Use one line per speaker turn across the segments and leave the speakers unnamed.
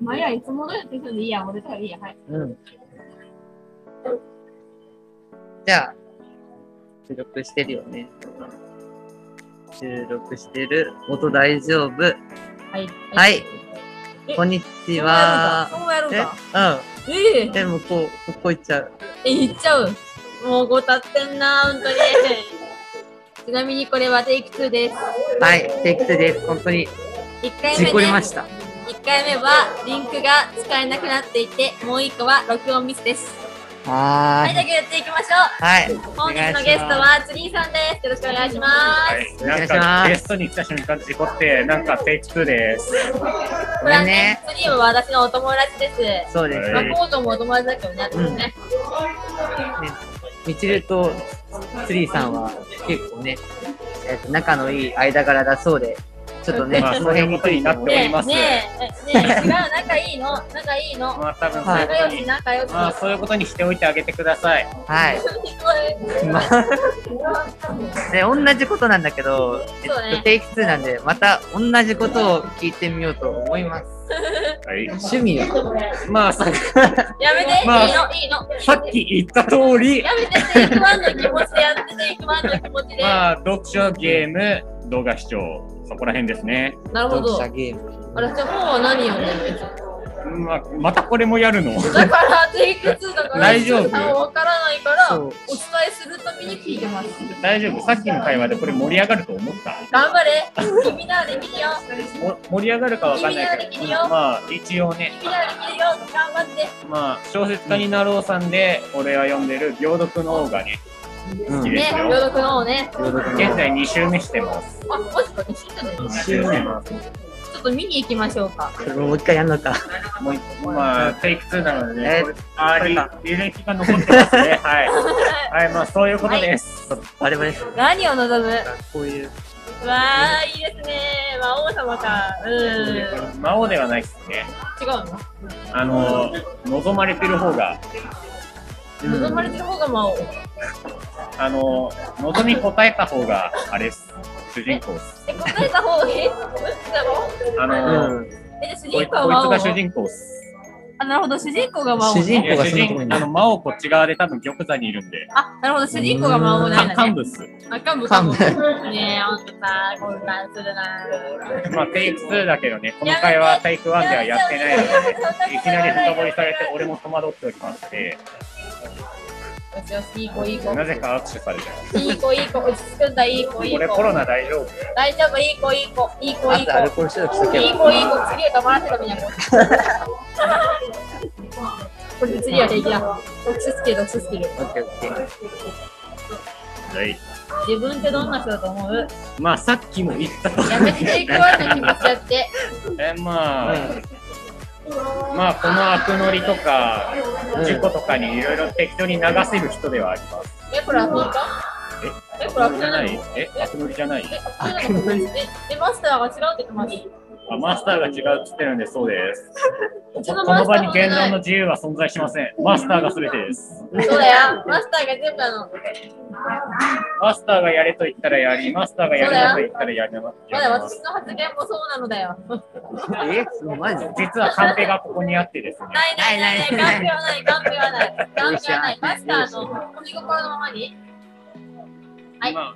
まあ、いや、いつも通りのテンションでいいや、俺とかいいや、はい。
うん。じゃあ、収録してるよね。収録してる。音大丈夫。
はい。
はい。こんにちは。
そうやるん
え
だ。え
う
え
ん。でもこう、ここ行っちゃう。
え、いっちゃう。もうごたってんな、本当に。ちなみにこれはテイク2です。
はい、テイク2です。本当に、
1回
事
目
故りま
ね、
した。
1回目はリンクが使えなくなっていて、もう1個は録音ミスです。
は
はい、じゃ
ーい。
あやっていきましょ
はい。
う。本日のゲストはツリーさんです。よろしくお願いしま
はい、
お願
ないん
します
かゲストに来た瞬間事故って、なんかテイク2です。
す。
ご
これ
め
は
んね
ね、。ツリーは私のお友達です。
そうです。
まあ
はい、
コートもお友達だけどね、私ね。
みちるとツリーさんは結構ね、えっと仲のいい間柄だそうで、ちょっとね、
まあ
その辺について
そういうことになっ
も
てお
ね
ります
ねえ、ねえ、 違う、仲いいの、仲いいの。
まあ、多分そういう
仲
こ
良し、仲良
とに、
し。
まあ、そういうことにしておいてあげてください。
はい。まあ、ね、同じことなんだけど、えっ
そうね
と、テイク2なんで、また同じことを聞いてみようと思います。
はい。
趣味は
まあ、さ
やめて、
まあ
いいの、いいの。
さっき言った通り、
やめて、テイクワンの気持ちでやって、テイクワンの気持ちで。
まあ、読書、ゲーム、動画視聴、そこら辺ですね。
なるほ
読
ど。
者ゲーム。
あれ、じゃあ本は何読んでるんですか
まあ、またこれもやるの
だから、テイク2だから、
大丈夫
さんはわからないから、
そう
お伝えするために聞いてます。
大丈夫さっきの会話でこれ盛り上がると思った
頑張れ君ならできるよ
も盛り上がるかわかんないけ
君
ど、
ならできるよ
まあ、一応ね、
君ならできるよ頑張って
まあ、小説家になろうさんで、俺は読んでる秒読の王がね、
うん
好き
いい
で
ね
す、
朗
よ。
読の方ね。
現在2周目してます。
あ、もしかして、ちょ
一周目な
っと見に行きましょうか。
もう一回やんのか。
もう一個まあ、テイク2なので
えー
ね、これあー
これ
履
か
履歴が残って ますね。はい。はい、まあ、そういうことです。
我々、
何を望む
こういう、
わあ、いいですね。魔王様か。うん。違う
魔王ではないですね。
の、
あの、望まれてる方が、
うん
望まれてる方が魔王。
あの、望み応えた方が、あれです。主人公です。
え、答えた方がいいえ、どっちだろう
あの、
うん
え、じゃあ主
こいこい
人
つ
公は魔王。
が主人公です。
あ、なるほど、主人公が魔王、
主人
い
ね。
公
や
が
主
そんなところ
人
に
あの、魔王こっち側で多分玉座にいるんで。
あ、なるほど、主人公が魔王なん
か
だね。
幹部っす。
あ、幹部、
幹部
幹部。ねえ、ほんとさ、混乱するな
まあ、テイク2だけどね、この回はテイク1ではやってないので、ね、いきなり深掘りされて、俺も戸惑っておりまして、
よしよし、いい子、いい子。
なぜか握手されてます。
いい子、いい子、落ち着くんだ、いい子、いい
俺コ
子。
ロナ大丈夫
大丈夫、いい子、いい子、いい子、いい
あとアル
子。
コール消毒しとけ
いい
よ。
子、いい子、次は黙らせたみたいな。これで次は平気だ。毒視スキル、毒視スキル。
オッケーオッケー。
はい。
自分ってどんな人だと思う
まあさっきも言ったと
やめていくわの気持ちやって。
えまあ、
うん
まあこの悪乗りとか
うん
事故とかにいろいろ適当に流せる人ではあります。
え、これは本当え、これは
悪
普通
乗りじゃ
な
な
の
い？え悪乗りじゃない？
え、普通なのえ、マスターが違うって言ってます。
あマスターが違うっつってるんでそうです。
うち
こ
のマ
の
スター
場に
も違
言論の
ない。
自由は存在しません。マスターが全てです。
そうだよ。マスターが全部あの、
マスターがやれと言ったらやり、マスターがやれなと言ったらやりま
まだ
やりま
私
す。
の発言もそうなのだよ。
えマジ
実はカンペがここにあってですね。
ないないないない、完璧はない、完璧はない。完璧はない。マスターの込み心のままに。はい
まあ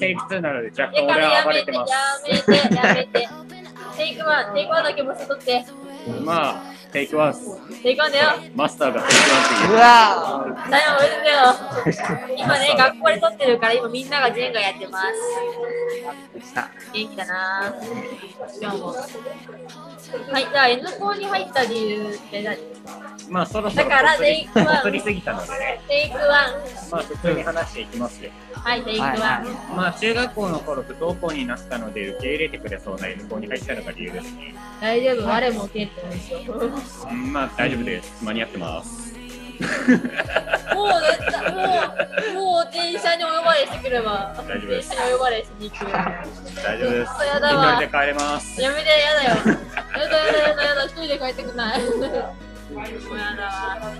テイク2なので若
え
干
か
俺
ら
は
や
暴
め
れ
て、
て
や
ます。
めて、やめて。テイクワン、テイクワンだけもちょっとって。
まあテイク1っす。
テイクワンだよ。
マスターがテイク1って言う
うわ
だよ、俺だよ。今ね、学校で撮ってるから、今みんながジェンガやってます。
ーさ
元気だな今日も。はい、じゃあ N 校に入った理由って何
まあそろそろ
だから
こす
テイ
り
クワン
こすりすぎたのでね、
テイクワン。
まあ普通に話していきますよ。
はい、テイクワン。
はいは
まあ中学校の頃不登校になったので受け入れてくれそうな N 校に入ったのが理由ですね。
大丈夫、我も受けてるでし ょ。もう
うんまあ大丈夫です。間に合ってます。
絶対、もう、もう電車にお呼ばれしてくれば。
大丈夫です
電車にお呼ばれしに行く。や
大丈夫です。
そうやだわ
一人で帰れます。
めて、やだよ。やだやだやだやだ、一人で帰ってくない。もうやだわ。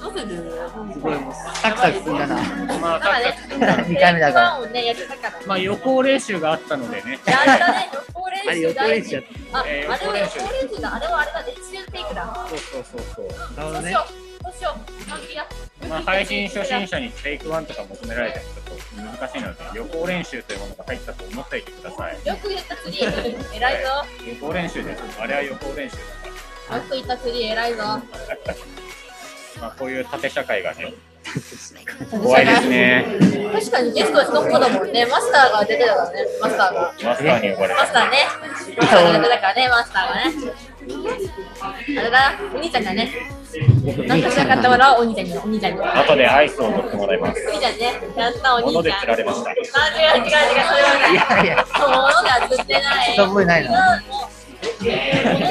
どうする
ーすごいもうサクサク進んだな。
まあ
だからね、
さっき
二回目
テイ
だから
クワンをね、やってたから。
まあ予行練習があったのでね。
やったね、予行練練 習
あれ横
大
練習
事
やっ。
あ、あ
え
れ
ー
は
横
横
練
練
習
習だ。あれはあれだ。練習テイクだ。
そうそうそうそう。
たなる
そ
ほど
うし
ね
よう。そうしよう。完璧だ。
まあ、配信初心者にテイクワンとか求められたらちょっと難しいので、予行練習というものが入ったと思っておいてください。
よく言った釣り。偉いぞ。
予行練習です。あれは予行練習だか
よく言った釣り。偉いぞ。
ら。まあ、こういう縦社会がね、怖いですね。
確かにゲストは人っ子だもんね。マスターが出てたからね。マスターが。
マスターに呼ばれ
マスタ
た。
ーね。マスターが出てたからね。マスターがね。あれだ。お兄ちゃんがね。なんかしなかったものはお兄ちゃんに。お兄ちゃんに。お兄
後でアイスを取ってもらいます。
ちゃんね。やったお兄ちゃん。
物で釣られました。
あ、違う違う違う。それはない。
いやいや、
物では釣ってない。
人っぽいないな。
もう物で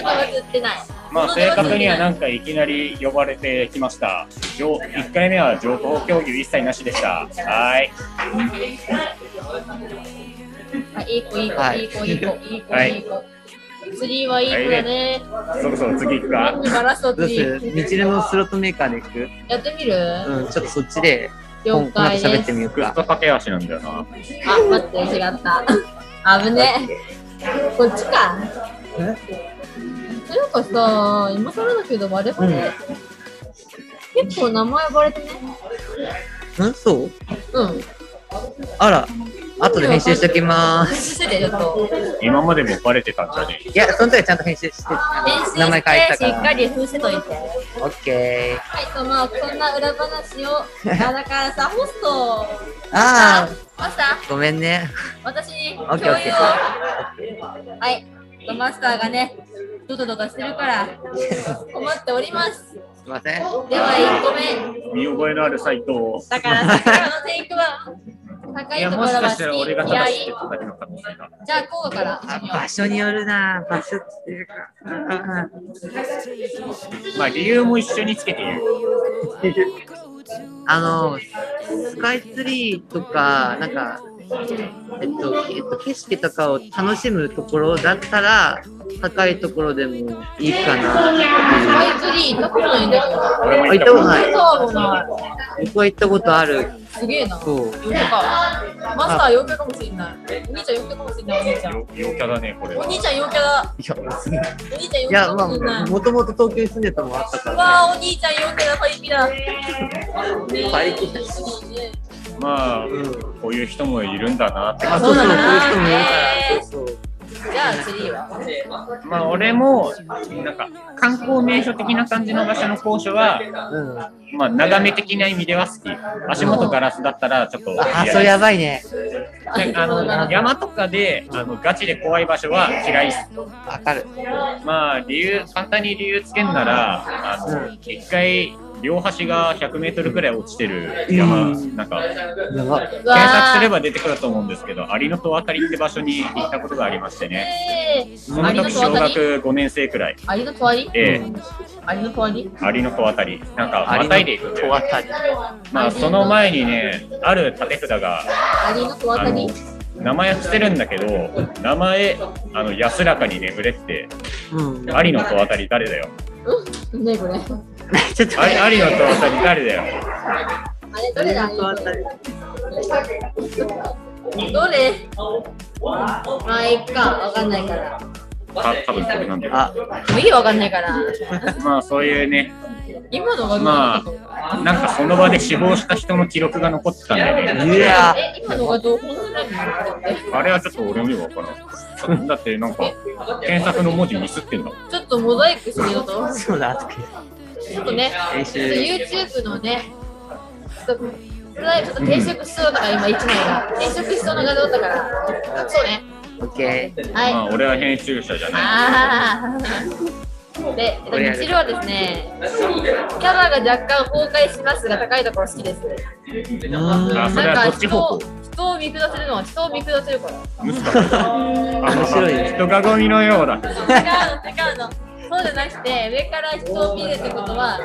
は釣ってない。
まあ、正確にはなんんかいきなり呼ばれてきました。1回目は情報共有一切なしでした。はい。
いい子いい子いい子いい子いい子
はい
いい子。釣りはいい子だね。
そろそろ次行くか。
バランスを
どう
釣
す
り。
るみちるのスロットメーカーで行く
やってみる
うん、ちょっとそっちで、こ
了
んなんか
解
喋
で
って
す。
みよう
クス
か。
ト駆け足なんだよな。
あ、待って、違った。危ねえ。こっちか。なんかさ、今更だけど、我々、結構名前バレてね。
うん、そう
うん。
あら、後で編集しときまー
編
す。
集してて、ちょっと。
今までもバレてたんじゃね
いや、その時はちゃんと編集して、
編
あ
集
の名前書い
してし
た、
っ
か。
からり封してといて。
オッケー。
はい、とまあそんな裏話 を、あだからさ、ホスト、
あー、
マスター、
ごめんね。
私に
オ
共
ッケ
有を
ーオッケー。
はい、とマスターがね、ドタドタしてるから、 困っております。
すいません。
では、1個目、
見覚えのあるサイトを。
だから、さっきからのテイクは、高
い
い
や、
ところ
もし
が
か
好
したら
き、
俺
い
が
や、
正
い
し
い
いってただけの可能性が。
じゃあ、こうから
あ
始めよ
場所によるな場所っていうか。あ
まあ理由も一緒につけて言う。
あの、スカイツリーとか、なんか、えっと、えっと、景色とかを楽しむところだったら、高いところでもいいかな。
う。スカイツリー、どこのにできたの
俺も
あ、行っ
言ったた
こ
こととない。
ない。
そうもない。
僕は行ったことある。
すげえな。
そう。
なんか、マスター陽キャかもしれない。お兄ちゃん陽キャかもしれない、お兄ちゃん。
よ陽キャだね、これ
お
は。
兄ちゃん陽キャだ。
いや、
お兄ちゃん陽
い
キャ
や
か
ま
もしれない
あ、。もともと東京に住んでたのもあったから、
わあ、お兄ちゃん陽キャだ、パリピだ。ねえ
パリピだ
ね
まあ、
うん。
こういう人もいるんだなって。
あ、そうそう、こ
そう
う
なん
いう
だ
人もいるから。
へー
そうそう。
えじゃあ、次は。
まあ俺も、なんか観光名所的な感じの場所の高所は、
うん。あ
まあ眺め的な意味では好き。足元ガラスだったらちょっと
あ、
嫌
それ
で
やばいね。
す。であの山とかであのガチで怖い場所は嫌いっす。
わかる。
まあ理由簡単に理由つけんならあの一回両端が100メートルくらい落ちてる
う
山、
ん
なんか検
やば。
うわ
索すれ
ば。
ば出てくると思うんですけど、有野と渡りって場所に行ったことがありましてね。
ええ
その
有
時
野と
小
渡
学
り
5年生くらい
有野とわり
で、
うん
有野とわり
有野と渡り、なんかまたいでいくんだ
小
よ
当たり。
まあその前にね、ある立て札が
有野とわ
あ
り
の名前は伏せるんだけど、名前あの安らかに眠れって、
うん。
有野と渡り誰だよ。
ねえこれ。
ちょっと
あ有野と渡り誰だよ。
あれ、どれだ有野とわりどれまあ、いっか。わかんないから。
た多分これなんだよ。
あ、
もういいよわかんないから。
まあそういうね、
今のがどれ
まあなんかその場で死亡した人の記録が残ってたんだよね。
いや
え、今のがどう本当に何
あれはちょっと俺もよくわからん。だってなんか検索の文字ミスってんだもん。
ちょっとモザイクしてみようと。
ー、そうだ。
ちょっとね、
編
ちょっと
集。
YouTube のね、ちょっと、これはちょっと転職しそうだから、今一枚が。転職しそうな画像だったから。そうね。
オッケー。
はい。
まあ俺は編集者じゃない。
ああ。で、えっとみちるはですね、キャラが若干崩壊しますが、高いところ好きです。
う
あ
ーん
それ
なん
は
か
どっち方
人
向
を、人を見下せるのは人を見下せるから。
難しい。面
白いね
人がゴミのようだ。
違うの違うのそうじゃなくて上から人を見るってことは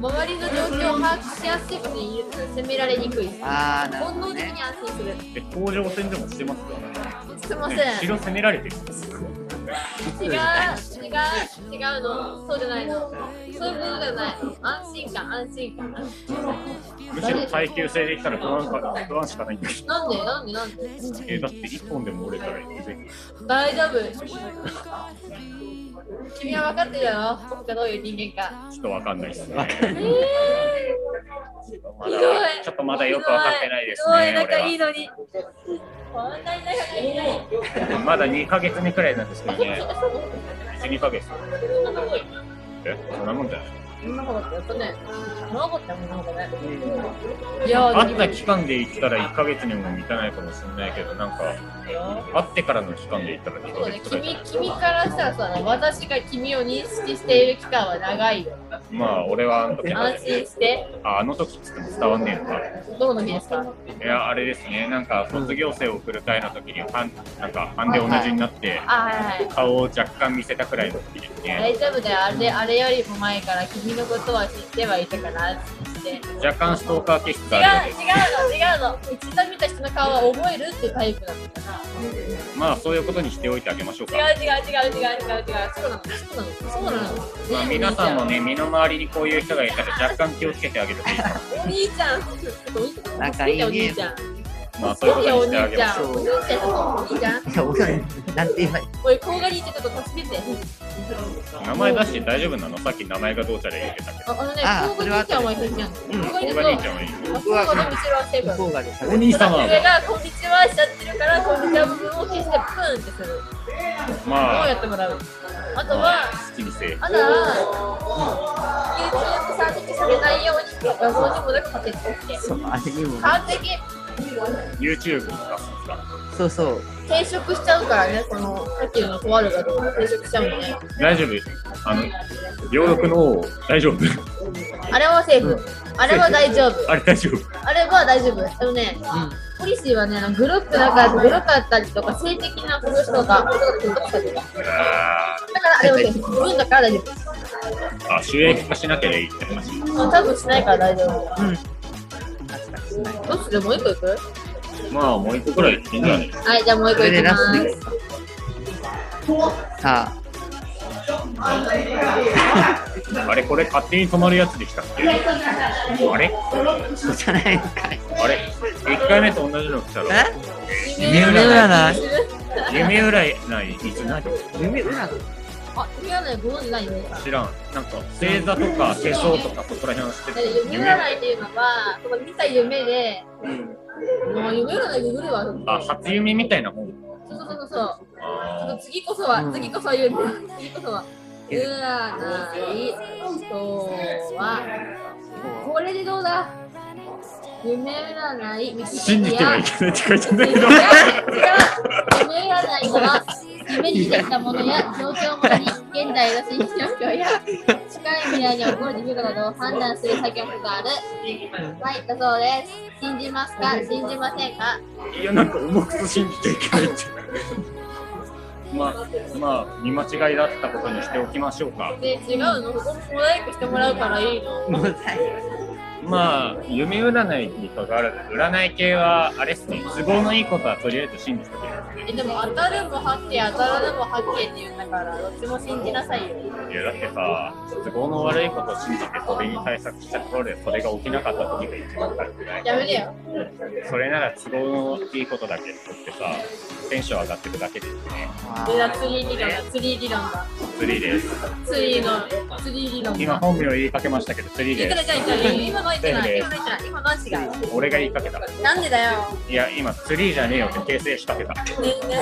周りの状況を把握しやすいことに攻められにくい
あー、なる
本
ほ
能
ど
的
ね。
に安心する
え、甲状腺でもしてますよね。
すいませ
ね
ん
城攻められてる。
違う、違う、違うの、そうじゃないの。そういうことじゃない。安心感、安心感。
むしろ耐久性できたら不安か不安しかないんだけど。
なんで、なんで、なんで。
えだって1本でも折れたら全に
大丈夫。君は分かってるだろ、僕がどういう人間か。
ちょっとわかんないですね。
えー、
ま
ひ
だ
どい。
ちょっとまだよくわかってないです
ひどい、
ね。
仲いい
俺
のに。こんなに仲がいいのに。
はまだ2ヶ月目くらいなんですけどね。1、2ヶ月。えそんなもんじゃない
そんなことってやったね。物事ってあんまなことない。いやー、
会った期間で言ったら1ヶ月にも満たないかもしれないけど、なんか、会ってからの期間で言ったら2
そう
ヶ
ね、
月くらい
君君からしたらさ、私が君を認識している期間は長いよ。
まあ、俺はあの時ま
安
で、
心して。
ああの時っつっても伝わんねえのか。
どこの日ですか
いや、あれですね、なんか卒業生を送る会の時に、はんなんか、半で同じになって、
あ、はいはい。
顔を若干見せたくらいの時ですね。
大丈夫だよ。あれあれよりも前から君のことは知ってはいたから安心して。違う、違う
若干ストーカー気質があるので、
の、違うの。一度見た人の顔は覚えるっていうタイプなんだから。
まあ、そういうことにしておいてあげましょうか。
違う、違う、違う、違う、違う、違う。そうなの、そうなの、そうなの。
まあ、皆さんもね、身の回りにこういう人がいたら若干気をつけてあげるといいかな。
お兄ちゃん。お兄ちゃん。
仲いいね
お兄ちゃん。
まあ、そういうことに
お
してあ
兄
げ
ち
ましょ
ゃん。お兄ちゃん。お兄ちゃん。
いや、俺なんて言えばいい
おい、甲賀にちょっと助けて。
う。名前出して大丈夫なのさっき名前がどうちゃら言ってたけど。
ああのね、
あ
甲賀兄ちゃんは一緒じゃん。甲賀
大
兄
賀兄ち
ちゃ
ゃん
ん
はいいよ。
は。甲賀の後ろはセブン。
向こうがで喋
お
る
兄
その
様
上がこんにちはしちゃってるから、こんにちは部分を消してプーンってする。どう
ま
やって
あ、
もらうあとは、
好きにせえ。
あとは、YouTube サーチされないように画像にもなく立てておいて。
そう、あれにも。
完璧
YouTube に出すんですか
そうそう。
転職しちゃうからね、この、さっきのとある画像も転職しちゃうんでね。
大丈夫あの、両毒の王、大丈夫
あれはセーフ。あれは大丈夫。
あれ大丈夫
あれは大丈夫。でもね、ポリシーはね、グロックなんか、グロかったりとか、性的なこととか、
あ
だからあれはセーフ。分だから大丈夫。
ーあ、収益化しなきゃいいって話。
うん多分しないから大丈夫。
うん。確かにしない。
どうするもう一個いく
まあ、もう一個くらいいいんじゃない
はい、じゃあもう一
そ
個
れ
い
で
き
ラ
ま
スト
ー
です
す。
さあ、
あれ、これ勝手に止まるやつでしたっけあれ
そうじゃないのかい。
あれ ?1 回目と同じの来たら、
え
夢
夢占い
夢占い、いつ何
夢占い
あ、夢占いご存じないよね。
知らん。なんか、星座とか化粧とか、そこら辺は知ってる。
夢占いっていうのは、その見た夢で、
うん。
もう夢占いググるわ。
あ、初夢みたいなもん。
そうそうそうそう。ちょっ
あ
と次こそは、
うん
次こそは言うんだ。次こそは。占いとは、これでどうだ夢占い、
ー信じてはい
違う
けないって書いてんだけ
違う
ど。
夢占いとは夢に出てきたものや状況ものに現在の新状況や近い未来に起こる出来事などを判断する作業があるはいだそうです信じますか信じませんか
いや、なんか重く信じていけないって。まあ、まあ、見間違いだったことにしておきましょうか。
で違うのここモザイクしてもらうからいいの
もう最後。
まあ、夢占いに関わらず、占い系は、あれっすね、都合のいいことはとりあえず信じておけば
えでも当たるも発見当たらぬも発見って言うんだからどっちも信じなさいよ
いや、だってさ、都合の悪いことを信じて、それに対策したところで、それが起きなかった時が一番悪くない。
やめてよ
それなら都合のいいことだけ取ってさ、テンション上がってくだけですね。
でだ釣り理論だ釣り理論だ
釣りです。
釣りの釣り理論
今、
だ
本名言いかけましたけど、釣り
いく
で
ら
す。
じゃいくら今のはいくら今のはいくら今のは違う
俺が言いかけた。
なんでだよ。
いや、今、ツリーじゃねえよって訂正しかけた。
ねえねえ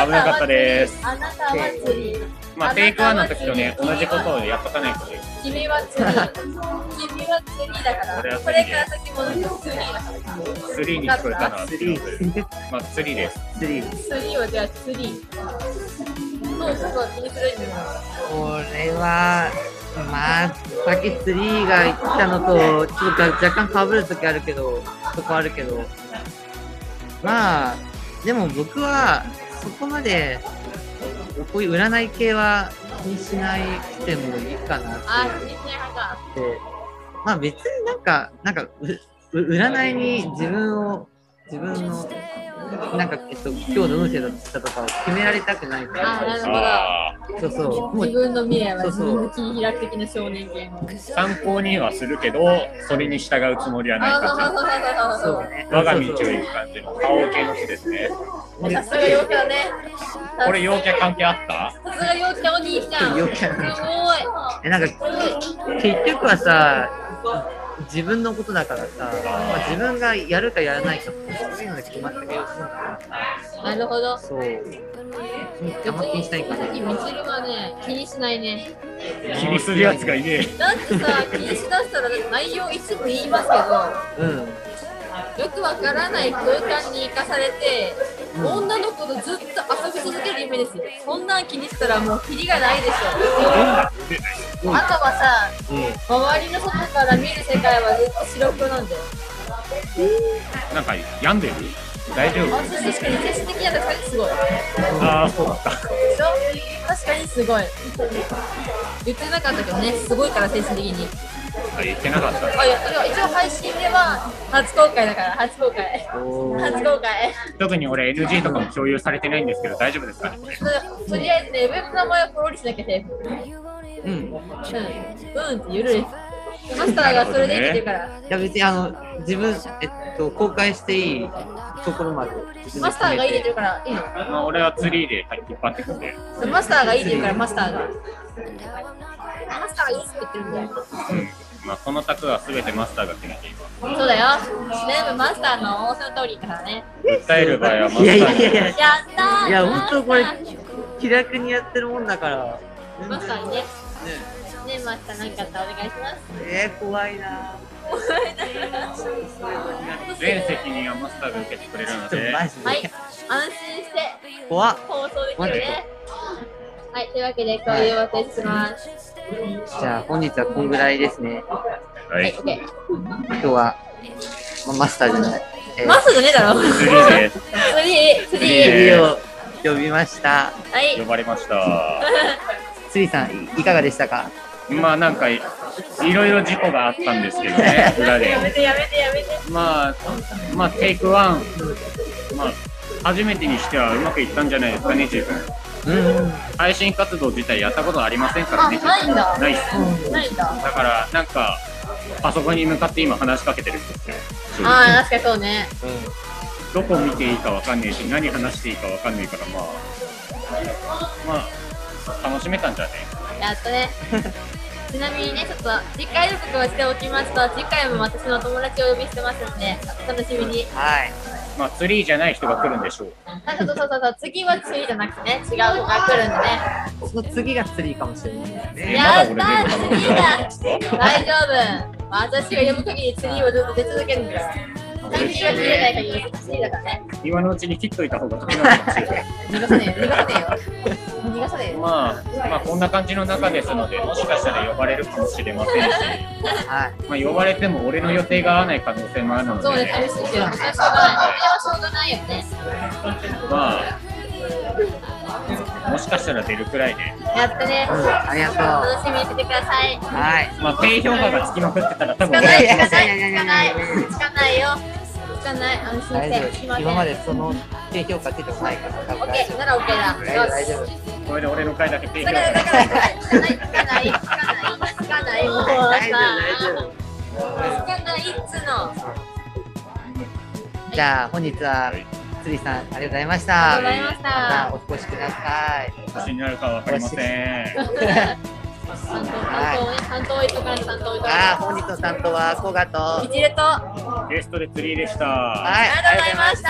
あ
危
なた
なか
は
ったです
あなたは釣り。
まあ、テイクワンの時とね、
あな
同
たは
じことをやっとかないとね。
君は釣り。君は釣りだか
俺は
ら。こ
釣り
れから先も釣りだから。
ツリーに聞こえたな。
スリー。
まあ、ツリーです。
スリー。
釣りはじゃあ釣り。もうちょっと気にするんだ
これは、まあ、さっきスリーが言ったのと、ちょっと若干かぶるときあるけど、とこあるけど、まあ、でも僕は、そこまで、こういう占い系は気にしなくてもいいかなっ
あ、気にしない派か。
て、まあ別になんか、なんかう、う占いに自分を自分の、なんか、えっと、今日どの程度だとかを決められたくないか
あーなるほ
ら、
ど
あ
そうそう、も
自
う、
分の未来は
そう
自
そう
分の切り開く的な少年系の。
ー参考にはするけど、それに従うつもりはない
あ
か
あ、そうそうそうそうそう。
そうね。
と。我が道を
そう
行
そう
く感じの顔系の人ですね。
さすが陽キャだね。
これ陽キャ関係あった
さすが陽キャお兄ちゃん。
陽キャ
すご
なん
い
か。えなんか結局はさ自分のことだからさ、まあ、自分がやるかやらないかそういうので決まったけど
なるほど。
そうあんま気にしないか
さ
ら
っきみちるはね、気にしないね。
気にするやつがいねえ。
だってさ、気にしだしたらだって内容一部言います
うん
けど、よくわからない空間に生かされて、女の子とずっと遊び続ける夢ですよ。そんなん気にしたらもうキリがないでしょ。
う
あと
ん
はさ、
うん
周りの外から見る世界はずっと白黒なんだよ。
なんか病んでる大丈夫
私確かに精神的なとこすごい。
ああ、そうだった。
でしょ確かにすごい。言ってなかったけどね、すごいから精神的に。
あ言ってなかった。
あ、いや、いや一応配信では初公開だから、初公開。
おー
初公開。
特に俺 NG とかも共有されてないんですけど、大丈夫ですかねこれ
とりあえずね、ウェブの名前はフォロリしなきゃセーフ。うん。
うんい
うんって緩い。マスターがそれで生きてるから。
や別にあの自分えっと公開していいところまで自分
マ
で
スターが
決
入れ
め
てるから、いいの。
まあ、俺はツリーで引っ張ってくんで。
そうマスターが入れてるから、マスターが。マスターがいいって言ってるんだよ。
まあ、この卓は全てマスターが決めています。
そうだよ。全部マスターの仰せの通りだからね。
訴える場合はマスター
いやいやいやいや
やったー
いや本当これ
マスター
気楽にやってるもんだから
マスターにね。
ね
ね、マスター何かあったらお願いします。
えー、怖いな
全責任はマスターが受けてくれるの
ちょっと
で、
マジで、
はい、安心して
怖っ
放送できるね。はい、というわけで、共有をお渡しします。
じゃあ本日はこんぐらいですね
は
はいい、オ、ッケー。
今日は、まマスターじゃない、えー
マスターじゃねえだろ。
ツリーで
釣り、釣
釣り
り。
リーを呼びました。
は
呼
い。
ばれました。
スリーさん、いいかがでしたか
まあ、なんかい、いろいろ事故があったんですけど ね、裏で。
てやめてやめて。
まあ、まあ、テイクワン、まあ、初めてにしてはうまくいったんじゃないですかね、自分。
うん。
配信活動自体やったことありませんから
あ、
ね。
ないんだ。
ないっす
ないんだ。
だから、なんか、パソコンに向かって今話しかけてるんですよ。
あー、確かにそうね。
どこ見ていいかわかんねえし、何話していいかわかんねえから、まあ、まあ、楽しめたんじゃね
やっとね。 ちなみにね、ちょっと次回予告はしておきますと、次回も私の友達をお呼びしてますので、お楽しみに。
はい。
まあ、ツリーじゃない人が来るんでしょう。
あそうそうそうそう、次は次じゃなくてね、違う子が来るんでね。
その次がスリーかもしれないですね。
え
やったー
まだ俺出る可能性あるんですか
大丈夫私が読む限り釣りをずっと出続けるんだから単純は切れない限り釣りだからね
今のうちに切っといた方が得なのかもしれ ない。
逃がさねえよ逃がさねえよ逃がさねえよ
まあ、まあ、こんな感じの中ですので、もしかしたら呼ばれるかもしれませんし、
はい。
まあ、呼ばれても俺の予定が合わない可能性もあるの
そうね
で、
寂しいけどそれはしょうがないそれはしょうがないよね
まあ、もしかしたら出るくらいで、
やってね
うん、ありがとう。
楽しみにしててください
はい。
まあ、低評価がつきまくってたら多
つか
分俺
な
はい来
つか
ません。
ないつかないつかないよつかない安心
大
して
丈
つき
夫。
せん
今までその低評価ついてもないから、多
オ
分
ッ
大
ケ
丈
ー
夫。
ならオッケーだ
大丈夫、大丈夫。
これで俺の回だけ低評
だ
価
から
が
だからつかないつかないつかないつかないもう
大丈夫、大
さ
丈
つかないっつうの
夫。じゃあ、本日は、スリーさん、ありがとうございました。
ありがとうございまし
ま
た
たお越しください。
私になるかわかりません。
担当、担当ね、担当置いとかないと担当置いとかない
あー、本日の担当は、コガと。
と。一流と、ありがとう
ゲストで釣りでした。
はい。
ございました。